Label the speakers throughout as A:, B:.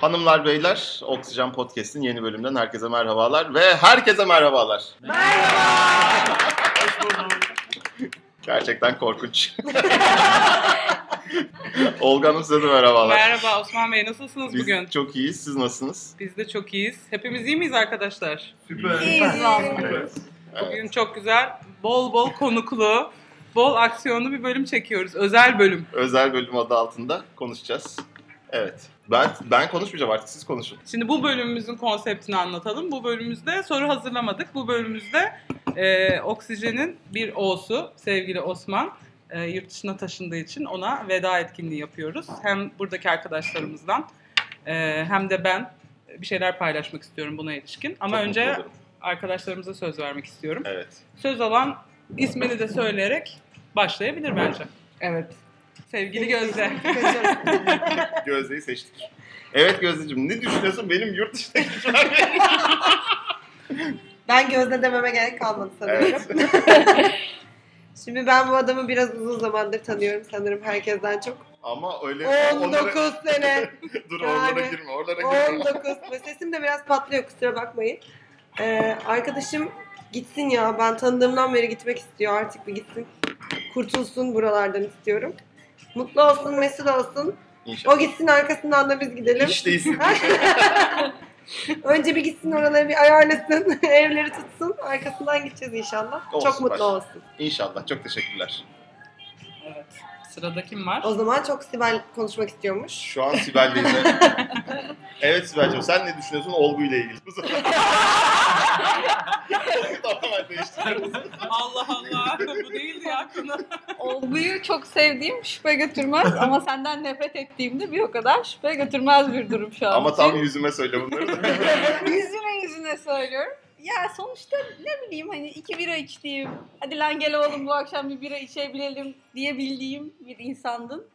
A: Hanımlar beyler, Oksijen Podcast'in yeni bölümünden herkese merhabalar ve herkese merhabalar.
B: Hoş bulduk.
A: Gerçekten korkunç. Olga Hanım size de merhabalar.
C: Merhaba Osman Bey nasılsınız
A: Biz
C: bugün?
A: çok iyiyiz, siz nasılsınız?
C: Biz de çok iyiyiz. Hepimiz iyi miyiz arkadaşlar?
B: Süper.
D: İyiyiz vallahi.
B: Süper.
A: Evet.
C: Bugün çok güzel, bol bol konuklu, bol aksiyonlu bir bölüm çekiyoruz. Özel bölüm.
A: Özel bölüm adı altında konuşacağız. Evet. Ben ben konuşmayacağım artık siz konuşun.
C: Şimdi bu bölümümüzün konseptini anlatalım. Bu bölümümüzde soru hazırlamadık. Bu bölümümüzde e, Oksijen'in bir O'su sevgili Osman e, yurt dışına taşındığı için ona veda etkinliği yapıyoruz. Hem buradaki arkadaşlarımızdan e, hem de ben bir şeyler paylaşmak istiyorum buna ilişkin. Ama
A: Çok mutlu
C: önce
A: olurum.
C: arkadaşlarımıza söz vermek istiyorum.
A: Evet.
C: söz alan ismini de söyleyerek başlayabilir bence. Evet. Sevgili Gözde.
A: Gözde'yi seçtik. Evet Gözdeciğim ne düşünüyorsun benim yurt dışındaki
D: Ben gözle dememe gerek kalmadı sanırım.
A: Evet.
D: Şimdi ben bu adamı biraz uzun zamandır tanıyorum sanırım herkesten çok.
A: Ama öyle
D: 19 sene.
A: Dur oralara
D: Yani
A: girme, oralara girme.
D: 19. Ve Sesim de biraz patlıyor kusura bakmayın. Ee, arkadaşım gitsin ya ben tanıdığımdan beri gitmek istiyor artık bir gitsin. Kurtulsun buralardan istiyorum. Mutlu olsun, mesut olsun.
A: İnşallah.
D: O gitsin arkasından da biz gidelim.
A: Hiç değilsin.
D: Önce bir gitsin oraları bir ayarlasın, evleri tutsun. Arkasından gideceğiz inşallah.
A: Olsun,
D: çok mutlu
A: baş-
D: olsun.
A: İnşallah. Çok teşekkürler.
C: Evet. Sırada kim var?
D: O zaman çok Sibel konuşmak istiyormuş.
A: Şu an Sibel'deyiz. evet Sibel'cim sen ne düşünüyorsun Olgu ile ilgili? Bu sefer. Olgu tamamen değiştirdim.
C: Allah Allah. Bu değildi ya aklımda.
E: Olguyu çok sevdiğim şüphe götürmez ama senden nefret ettiğim de bir o kadar şüphe götürmez bir durum şu an.
A: Ama
E: için.
A: tam yüzüme söyle bunları da.
E: yüzüne yüzüne söylüyorum. Ya sonuçta ne bileyim hani iki bira içtiğim, hadi lan gel oğlum bu akşam bir bira içebilelim diyebildiğim bir insandın.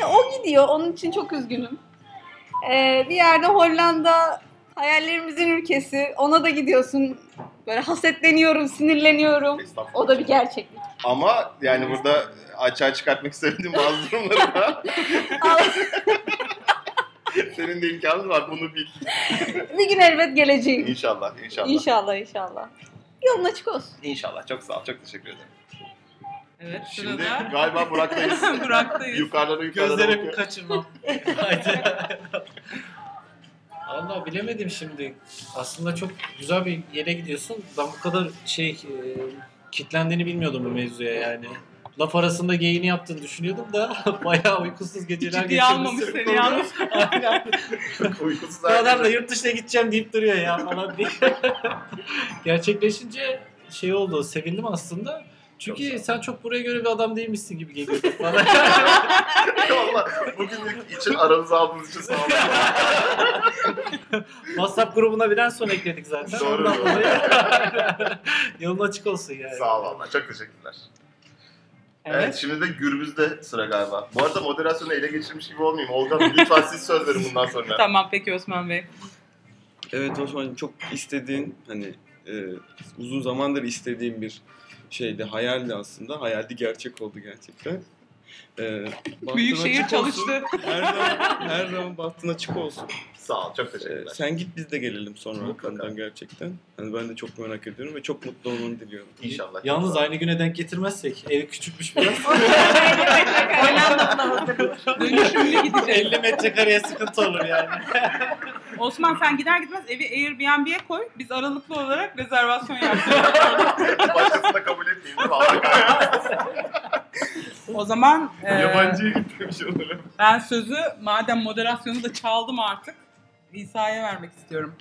E: E, o gidiyor, onun için çok üzgünüm. E, bir yerde Hollanda hayallerimizin ülkesi, ona da gidiyorsun. Böyle hasetleniyorum, sinirleniyorum.
A: Estağfurullah.
E: O da bir gerçeklik.
A: Ama yani burada açığa çıkartmak istediğim bazı durumları da senin de imkanın var bunu bil.
E: bir gün elbet geleceğim.
A: İnşallah, inşallah.
E: İnşallah inşallah. Yolun açık olsun.
A: İnşallah. Çok sağ ol. Çok teşekkür ederim.
C: Evet
A: Şimdi
C: sırada.
A: galiba Burak'tayız.
C: Burak'tayız.
A: yukarılara yukarılara
B: Gözlerimi
A: bakıyor.
B: kaçırmam. Allah bilemedim şimdi. Aslında çok güzel bir yere gidiyorsun. Ben bu kadar şey e, kitlendiğini bilmiyordum bu mevzuya yani. Laf arasında geyini yaptığını düşünüyordum da bayağı uykusuz geceler
C: Ciddiye almamış
B: geçirmişsin.
C: seni yalnız.
B: Aynen.
A: Uykusuz
B: Bu adam da
A: arkadaşlar.
B: yurt dışına gideceğim deyip duruyor ya falan diye. Gerçekleşince şey oldu, sevindim aslında. Çünkü
A: Çok
B: sen çok buraya göre bir adam değilmişsin gibi geliyordu bana.
A: Vallahi bugünlük için aranızı aldığınız için sağ olun.
B: WhatsApp grubuna birer son ekledik zaten.
A: Doğru,
B: Ondan
A: doğru.
B: dolayı Yolun açık olsun yani.
A: Sağ ol valla. Çok teşekkürler. Evet.
C: Evet.
A: şimdi de gürbüzde sıra galiba. Bu arada moderasyonu ele geçirmiş gibi olmayayım. Olga lütfen siz söz verin bundan sonra.
C: Tamam peki Osman Bey.
F: Evet Osman'cığım çok istediğin hani e, uzun zamandır istediğim bir şeydi. Hayaldi aslında. Hayaldi gerçek oldu gerçekten. E, bahtın
C: Büyükşehir
F: açık olsun.
C: çalıştı.
F: Her zaman, her zaman bahtın açık olsun.
A: Sağ ol. Çok
F: E,
A: teşekkürler.
F: sen git biz de gelelim sonra
A: Mutlaka.
F: arkandan gerçekten. Hani ben de çok merak ediyorum ve çok mutlu olmanı diliyorum.
A: İnşallah.
B: Yalnız aynı güne denk getirmezsek evi küçükmüş biraz.
D: Hollanda'da hazırlık.
C: Dönüşümlü gidecek.
B: 50 metrekareye sıkıntı olur yani.
C: Osman sen gider gitmez evi Airbnb'ye koy. Biz aralıklı olarak rezervasyon yaptık.
A: Başkasını da kabul etmeyin değil mi? Allah kahretsin.
C: O zaman e,
A: Yabancıya gitmemiş olurum.
C: ben sözü madem moderasyonu da çaldım artık. İsa'ya vermek istiyorum.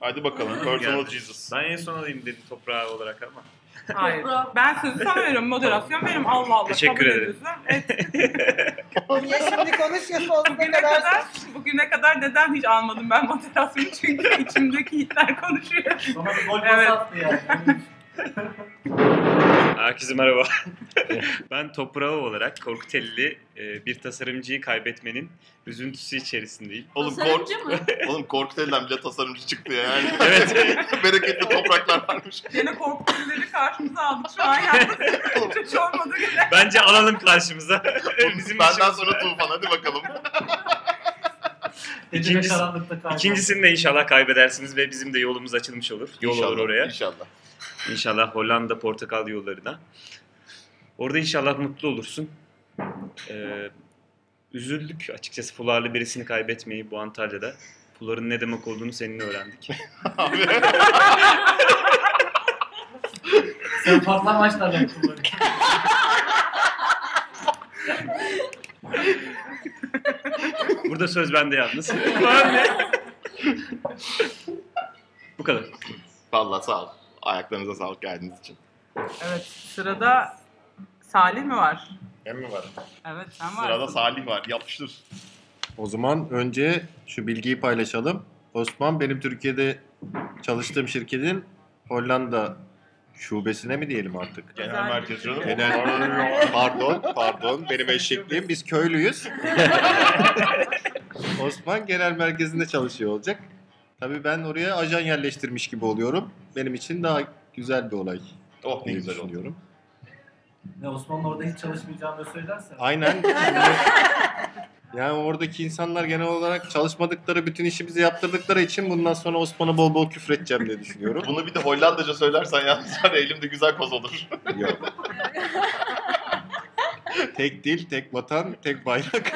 A: Hadi bakalım. Personal Jesus.
G: Ben en son alayım dedi toprağı olarak ama.
C: Hayır. Ben sözü sana veriyorum. Moderasyon benim. Allah Allah.
G: Teşekkür
C: kabul
G: ederim.
C: ediyorsun. Evet,
D: Niye şimdi konuşuyor sonsuza
C: bugüne
D: kadar?
C: kadar, bugüne kadar neden hiç almadım ben moderasyonu? Çünkü içimdeki hitler konuşuyor.
B: Bana bir gol
C: Evet.
B: pas attı yani.
G: Herkese merhaba. ben toprağı olarak Korkutelli e, bir tasarımcıyı kaybetmenin üzüntüsü içerisindeyim.
A: Oğlum, kork
E: Tasarımcı mı?
A: Oğlum Korkut Elden bile tasarımcı çıktı ya. yani.
G: Evet.
A: Bereketli topraklar varmış.
C: Yine korkutucuları karşımıza aldık şu an. Yalnız
A: Oğlum,
C: hiç olmadı şey gibi.
G: Bence alalım karşımıza. Bizim
A: benden
G: işimiz-
A: sonra Tufan hadi bakalım.
B: İkincisi,
G: İkincisi-
B: karanlıkta kaybolur.
G: İkincisini de inşallah kaybedersiniz ve bizim de yolumuz açılmış olur. Yol
A: İnşallah,
G: olur oraya.
A: İnşallah.
G: İnşallah Hollanda portakal yollarına. Orada inşallah mutlu olursun. Ee, üzüldük açıkçası fularlı birisini kaybetmeyi bu Antalya'da. Fuların ne demek olduğunu seninle öğrendik.
A: Abi.
B: Sen fazla maçlarla kullanıyorsun.
G: Burada söz bende yalnız. Fuar ne? bu kadar.
A: Valla sağ ol. Ayaklarınıza sağlık geldiğiniz için.
C: Evet sırada Salih mi var?
A: Hem mi var?
C: Evet sen varsın.
A: Sırada Salih var. Yapıştır.
H: O zaman önce şu bilgiyi paylaşalım. Osman benim Türkiye'de çalıştığım şirketin Hollanda şubesine mi diyelim artık?
A: Genel merkez canım.
H: Genel-
A: Pardon, pardon. Benim eşekliğim.
H: Eşekliğim biz köylüyüz. Osman genel merkezinde çalışıyor olacak. Tabii ben oraya ajan yerleştirmiş gibi oluyorum. Benim için daha güzel bir olay
A: Oh ne
H: diye
A: güzel oldu.
H: düşünüyorum.
B: Ne Osman'ın orada hiç çalışmayacağını da söylersen.
H: Aynen. yani oradaki insanlar genel olarak çalışmadıkları bütün işi bize yaptırdıkları için bundan sonra Osman'a bol bol küfredeceğim diye düşünüyorum.
A: Bunu bir de Hollandaca söylersen yalnız var ya, elimde güzel koz olur.
H: Yok. tek dil, tek vatan, tek bayrak.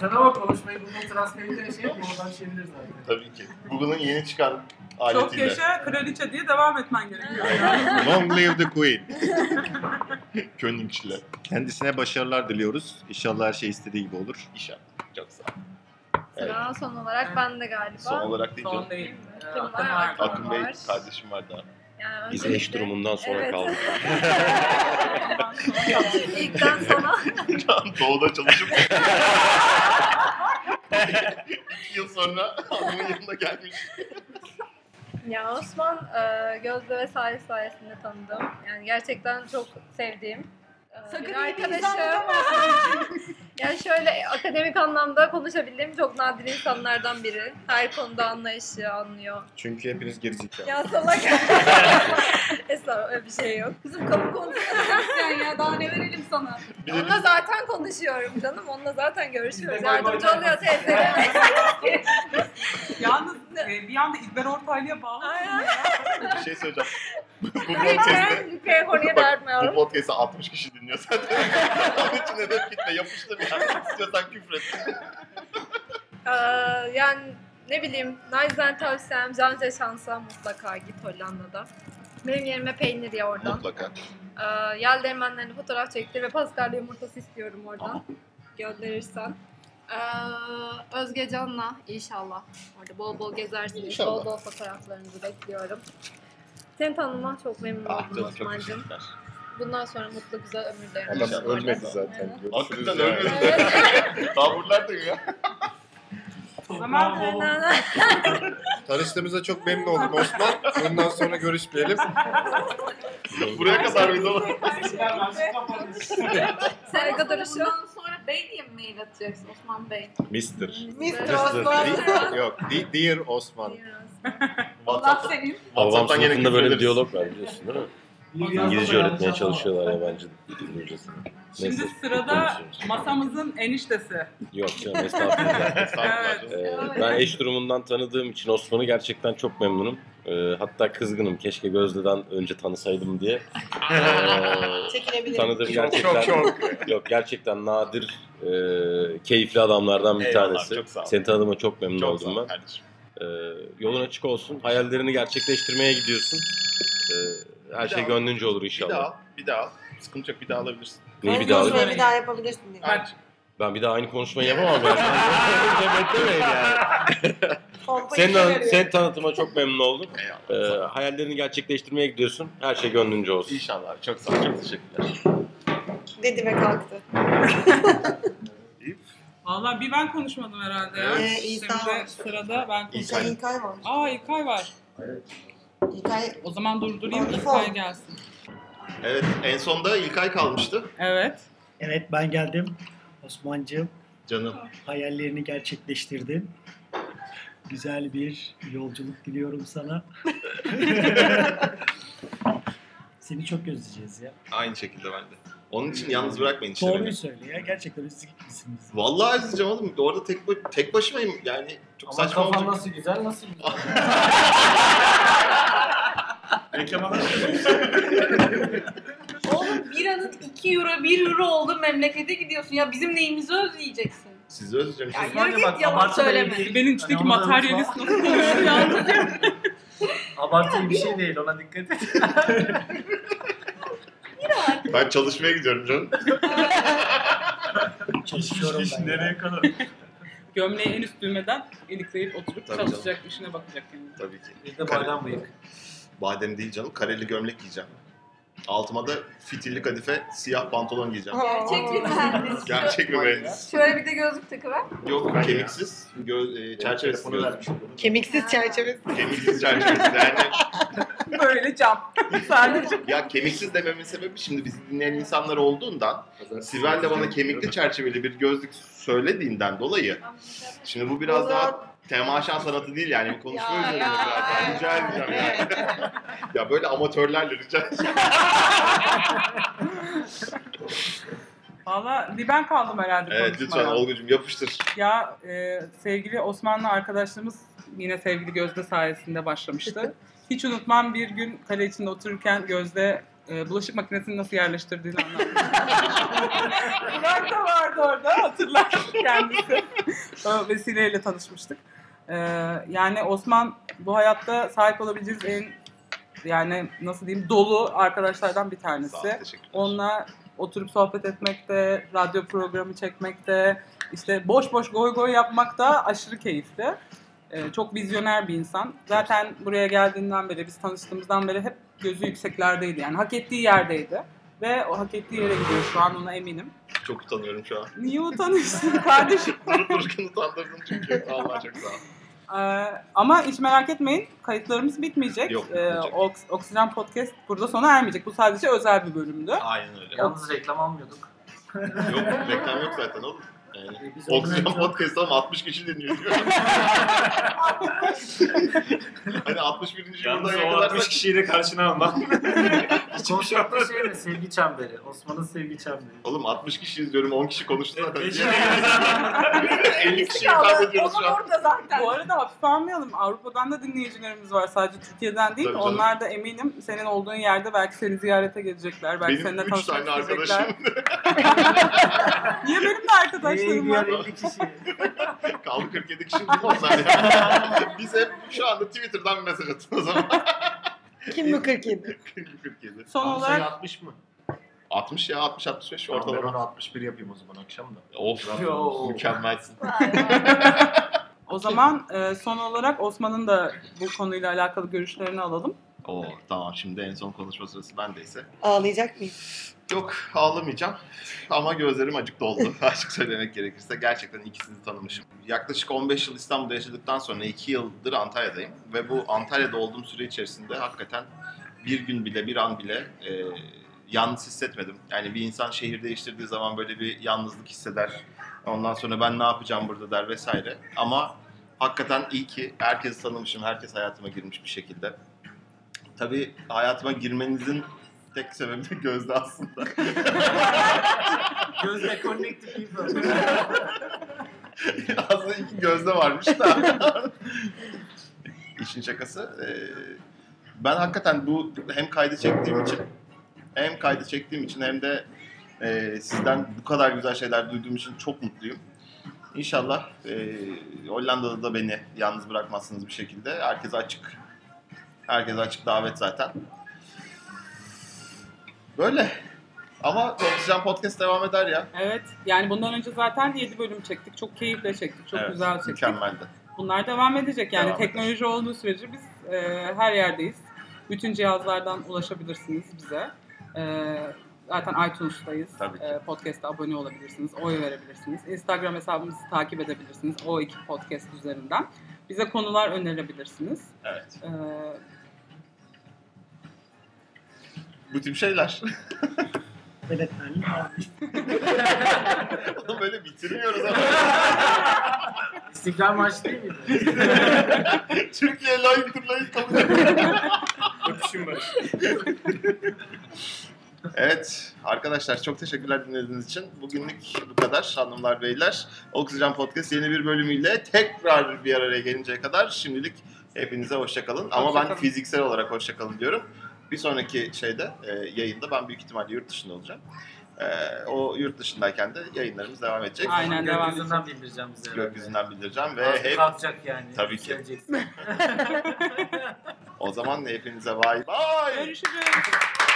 B: Sana bak konuşmayı Google Translate'e şey yapma oradan çevirir zaten.
A: Tabii ki. Google'ın yeni çıkan
C: Çok
A: aletiyle.
C: yaşa kraliçe diye devam etmen gerekiyor.
H: Long live the queen.
A: Königçle.
H: Kendisine başarılar diliyoruz. İnşallah her şey istediği gibi olur.
A: İnşallah. Çok sağ ol. Evet.
E: Sıra son olarak ben de galiba.
A: Son olarak değil
C: Son
A: canım.
C: değil.
E: Kim
C: Akın
E: var?
C: var.
A: Akın Bey
E: Var.
A: kardeşim var daha.
E: Yani
I: Biz
E: öncelikle-
I: eş durumundan sonra
E: Evet.
I: kaldık.
E: İlkten sona
A: Doğuda çalışıp İki yıl sonra hanımın yanına gelmiş.
E: Ya Osman e, Gözde ve Salih sayesinde tanıdım. Yani gerçekten çok sevdiğim e,
J: Sakın
E: bir
J: iyi bir insan
E: arkadaşım. yani şöyle akademik anlamda konuşabildiğim çok nadir insanlardan biri. Her konuda anlayışı anlıyor.
H: Çünkü hepiniz gerizekalı.
E: Ya salak. Estağfurullah öyle bir şey yok.
J: Kızım kapı konuşuyorsun ya daha ne verelim sana.
A: Bir de
E: Onunla zaten konuşuyorum canım. Onunla zaten görüşüyoruz.
B: Biz de bay bay
E: Yardımcı oluyor teyzelere.
C: Yalnız e, bir anda İlber Ortaylı'ya bağlı.
E: Aynen.
A: bir şey söyleyeceğim. bu podcast'ı
E: Lütfen lütfen konuya
A: Bak,
E: vermiyorum.
A: bu podcast'ı 60 kişi dinliyor zaten. Onun için hedef gitme yapıştır yani. İstiyorsan küfür et.
E: Ee, yani ne bileyim Naizen tavsiyem Canca Şans'a mutlaka git Hollanda'da. Benim yerime peynir ye oradan.
A: Mutlaka.
E: Ee, Yel Değirmenlerine fotoğraf çektir ve Paskalya yumurtası istiyorum oradan. Gönderirsen. Ee, Özge Can'la inşallah. Orada bol bol gezersiniz. Bol
A: İnşallah.
E: bol fotoğraflarınızı bekliyorum. Seni tanıma çok memnun
A: Ah
E: oldum
A: canım çok
E: Osman'cığım.
A: teşekkürler.
E: Bundan sonra mutlu güzel ömürler.
A: Adam
E: inşallah.
A: ölmedi
E: zaten.
A: Hakikaten
F: yani.
A: ölmedi.
E: Evet.
A: Daha buralardayım ya.
C: Aman,
B: Bravo.
H: Tanıştığımıza çok memnun oldum Osman. Bundan sonra görüşmeyelim.
A: Buraya kadar mıydı oğlum?
B: Ben açık kapanmış.
E: Saygı
J: Sen
E: duruşu.
J: duruşu. Bundan sonra bey diye mi mail atacaksın Osman Bey?
H: Mister.
E: Mr.
H: Mister.
E: Osman.
H: Di- Yok. di- Dear Osman.
J: Allah
A: WhatsApp'tan
J: senin.
I: Babam
A: WhatsApp'tan yine
I: sınıfında böyle bir
A: küfür ederiz.
I: diyalog var biliyorsun değil mi? İngilizce öğretmeye çalışıyorlar yabancı dil hocasına.
C: Şimdi
I: Neyse,
C: sırada
I: konuşuyoruz.
C: masamızın eniştesi.
I: Yok canım estağfurullah.
A: Estağfurullah.
I: Ee, ben eş durumundan tanıdığım için Osman'ı gerçekten çok memnunum. Ee, hatta kızgınım. Keşke Gözde'den önce tanısaydım diye. Ee,
D: Çekinebilirim.
I: tanıdığım gerçekten... Yok gerçekten nadir, e, keyifli adamlardan bir
A: Eyvallah,
I: tanesi.
A: çok sağ ol.
I: Seni tanıdığıma çok memnun
A: Çok sağ
I: oldum
A: ol
I: ben.
A: kardeşim.
I: Ee, yolun açık olsun. Hayallerini gerçekleştirmeye gidiyorsun. Ee, her
A: Bir
I: şey
A: daha-
I: gönlünce olur inşallah.
A: Bir daha al, bir daha al. Sıkıntı yok, bir daha alabilirsin.
I: Niye bir
D: Bir
I: daha?
C: Konuşma-
D: daha, bir daha yapabilirsin diye.
A: Aynen.
I: Ben bir daha aynı konuşmayı yapamam yani. Önce beklemeyin yani.
D: Pompayı
I: Senin, an-
D: veriyorum.
I: senin tanıtıma çok memnun oldum. Ee,
A: Eyvallah.
I: hayallerini gerçekleştirmeye gidiyorsun. Her şey gönlünce olsun.
A: İnşallah. Çok sağ ol. Çok teşekkürler.
D: Dedi ve kalktı.
C: Vallahi bir ben konuşmadım herhalde. ya.
D: Ee,
C: Şimdi
D: İsa var.
C: sırada ben
D: İlkay,
C: konuşayım.
D: İlkay varmış.
C: Aa İlkay var.
D: İlkay
C: O zaman durdurayım
D: Ay,
C: İlkay
D: İlkay.
C: gelsin.
A: Evet, en sonda İlkay kalmıştı.
C: Evet.
K: Evet ben geldim. Osman'cığım
A: Canım.
K: hayallerini gerçekleştirdin. Güzel bir yolculuk diliyorum sana. Seni çok özleyeceğiz ya.
A: Aynı şekilde ben de. Onun için yalnız bırakmayın işte
K: Doğruyu
A: beni.
K: söyle ya. Gerçekten üzdük gibisiniz.
A: Vallahi izleyeceğim oğlum. Orada tek, ba- tek başımayım yani. Çok
B: Ama
A: saçma
B: kafan
A: olacak.
B: nasıl güzel nasıl
E: Oğlum biranın 2 euro 1 euro oldu memlekete gidiyorsun. Ya bizim neyimizi özleyeceksin?
A: Sizi özleyeceğim.
E: Ya
A: Siz-
E: yürü git yalan söyleme.
C: Benim içindeki
B: Hani onu da
C: materyalist
B: unutma.
C: nasıl konuşuyor yalnız ya.
B: abartılı bir şey değil ona dikkat et.
A: Ben çalışmaya gidiyorum canım.
K: Çalışıyorum ben. ya.
A: kadar?
C: Gömleği en üst düğmeden ilikleyip oturup
A: Tabii canım.
C: çalışacak, işine bakacak yani.
A: Tabii ki.
B: Bir de
A: Kare-
B: bayram bıyık.
A: Badem değil canım. Kareli gömlek giyeceğim. Altıma da fitilli kadife siyah pantolon giyeceğim.
E: Gerçek bir mühendis.
A: Gerçek mi mühendis?
E: Şöyle bir de gözlük takıver.
A: Yok kemiksiz. Göz, e, çerçevesi göz.
D: Kemiksiz çerçevesi.
A: Kemiksiz çerçevesi. Yani
C: Böyle cam. Sadece.
A: ya kemiksiz dememin sebebi şimdi bizi dinleyen insanlar olduğundan Sibel de bana kemikli çerçeveli bir gözlük söylediğinden dolayı şimdi bu biraz daha temaşa sanatı değil yani bu konuşma
E: Ya,
A: üzerine
E: ya,
A: zaten
E: evet,
A: rica edeceğim yani. ya böyle amatörlerle rica edeceğim.
C: Valla bir ben kaldım herhalde
A: Evet lütfen
C: konuşmaya.
A: Olgucuğum yapıştır.
C: Ya e, sevgili Osmanlı arkadaşlarımız yine sevgili Gözde sayesinde başlamıştı. Hiç unutmam bir gün kale içinde otururken Gözde e, bulaşık makinesini nasıl yerleştirdiğini anlattı. Burak da vardı orada hatırlar kendisi. O vesileyle tanışmıştık. E, yani Osman bu hayatta sahip olabileceğiniz en yani nasıl diyeyim dolu arkadaşlardan bir
A: Sağ ol,
C: tanesi.
A: teşekkür ederim.
C: Onunla oturup sohbet etmekte, radyo programı çekmekte, işte boş boş goy goy yapmak da aşırı keyifli. Ee, çok vizyoner bir insan. Zaten buraya geldiğinden beri, biz tanıştığımızdan beri hep gözü yükseklerdeydi. Yani hak ettiği yerdeydi. Ve o hak ettiği yere gidiyor şu an ona eminim.
A: Çok utanıyorum şu an.
C: Niye utanıyorsun kardeşim?
A: Durup dururken utandırdın çünkü. Allah çok sağ ol.
C: Ee, ama hiç merak etmeyin kayıtlarımız bitmeyecek.
A: Yok,
C: Ee,
A: bitmeyecek.
C: Oks- Oksijen Podcast burada sona ermeyecek. Bu sadece özel bir bölümdü.
A: Aynen öyle.
B: Yalnız reklam almıyorduk.
A: Yok reklam yok zaten oğlum. Yani.
B: Ee, biz
A: Oksijen
B: özel-
A: Podcast'ı ama 60 kişi dinliyor. hani 61.
G: Yalnız
A: yıldan
G: o
A: yakalarsak
G: 60 kişiyi de karşına almam. Hiçbir şey
B: Konsept
G: yapmaz.
B: şey mi? Sevgi çemberi. Osman'ın sevgi çemberi.
A: Oğlum 60 kişiyiz diyorum 10 kişi
B: E,
A: konuştu zaten.
G: Beşi-
A: Diğer 50 kişiyi
E: Kaldı.
A: kaybediyoruz
E: Onun
A: şu an.
E: orada zaten.
C: Bu arada hafife almayalım. Avrupa'dan da dinleyicilerimiz var. Sadece Türkiye'den değil.
A: Tabii canım.
C: Onlar da eminim senin olduğun yerde belki seni ziyarete gelecekler. Belki
A: Benim
C: seninle
A: 3
C: tanışmak
A: tane
C: isteyecekler.
A: arkadaşım
C: Niye benim de
K: Ey,
C: arkadaşlarım
K: diğer
C: var?
K: 50 kişi.
A: kaldı 47 kişi değil mi onlar ya? Biz hep şu anda Twitter'dan mesaj atın o zaman.
D: Kim bu 47?
A: 47.
C: Son olarak
J: 60 mı?
A: 60 ya 60 65
J: Tamam, ben
A: ortalama.
J: onu 61 yapayım o zaman akşam da.
A: Of
B: Yo.
A: mükemmelsin.
E: Vay be.
C: o zaman e, son olarak Osman'ın da bu konuyla alakalı görüşlerini alalım.
A: Oo tamam şimdi en son konuşma sırası bendeyse.
D: Ağlayacak mıyım?
A: Yok ağlamayacağım ama gözlerim acık doldu açık söylemek gerekirse. Gerçekten ikisini tanımışım. Yaklaşık 15 yıl İstanbul'da yaşadıktan sonra 2 yıldır Antalya'dayım. Ve bu Antalya'da olduğum süre içerisinde hakikaten bir gün bile bir an bile e, yalnız hissetmedim. Yani bir insan şehir değiştirdiği zaman böyle bir yalnızlık hisseder. Ondan sonra ben ne yapacağım burada der vesaire. Ama hakikaten iyi ki herkesi tanımışım. Herkes hayatıma girmiş bir şekilde. Tabii hayatıma girmenizin tek sebebi Gözde aslında.
B: Gözle connected people.
A: aslında iki Gözde varmış da. İşin şakası. Ee, ben hakikaten bu hem kaydı çektiğim için hem kaydı çektiğim için hem de e, sizden bu kadar güzel şeyler duyduğum için çok mutluyum. İnşallah e, Hollanda'da da beni yalnız bırakmazsınız bir şekilde. Herkese açık. Herkese açık davet zaten. Böyle. Ama Oksijen Podcast devam eder ya.
C: Evet. Yani bundan önce zaten 7 bölüm çektik. Çok keyifle çektik. Çok
A: Evet,
C: güzel çektik.
A: Mükemmeldi.
C: Bunlar devam edecek. Yani
A: Devam edecek.
C: teknoloji olduğu sürece biz e, her yerdeyiz. Bütün cihazlardan ulaşabilirsiniz bize. E, zaten iTunes'tayız.
A: Tabii ki.
C: E, podcast'a abone olabilirsiniz. Oy verebilirsiniz. Instagram hesabımızı takip edebilirsiniz. O2 Podcast üzerinden. Bize konular önerebilirsiniz.
A: Evet.
C: E,
A: Bu tip şeyler.
K: Yönetmenlik
A: Oğlum böyle bitirmiyoruz ama.
B: İstiklal Marşı değil miydi?
A: Türkiye layıktır layık kalacak.
G: Öpüşün barış.
A: Evet arkadaşlar çok teşekkürler dinlediğiniz için. Bugünlük bu kadar hanımlar beyler. Oksijen Podcast yeni bir bölümüyle tekrar bir araya gelinceye kadar şimdilik hepinize hoşçakalın. Ama ben
C: Hoşçakalın.
A: fiziksel olarak hoşçakalın diyorum. Bir sonraki şeyde e, yayında ben büyük ihtimalle yurt dışında olacağım. E, o yurt dışındayken de yayınlarımız devam edecek.
C: Aynen devam edin.
K: Gökyüzünden bildireceğim bize.
A: Gökyüzünden bildireceğim ve
K: Ve
A: hep
K: kalkacak yani.
A: Tabii ki.
K: Yükseleceksin.
A: o zaman hepinize bay bay.
C: Görüşürüz.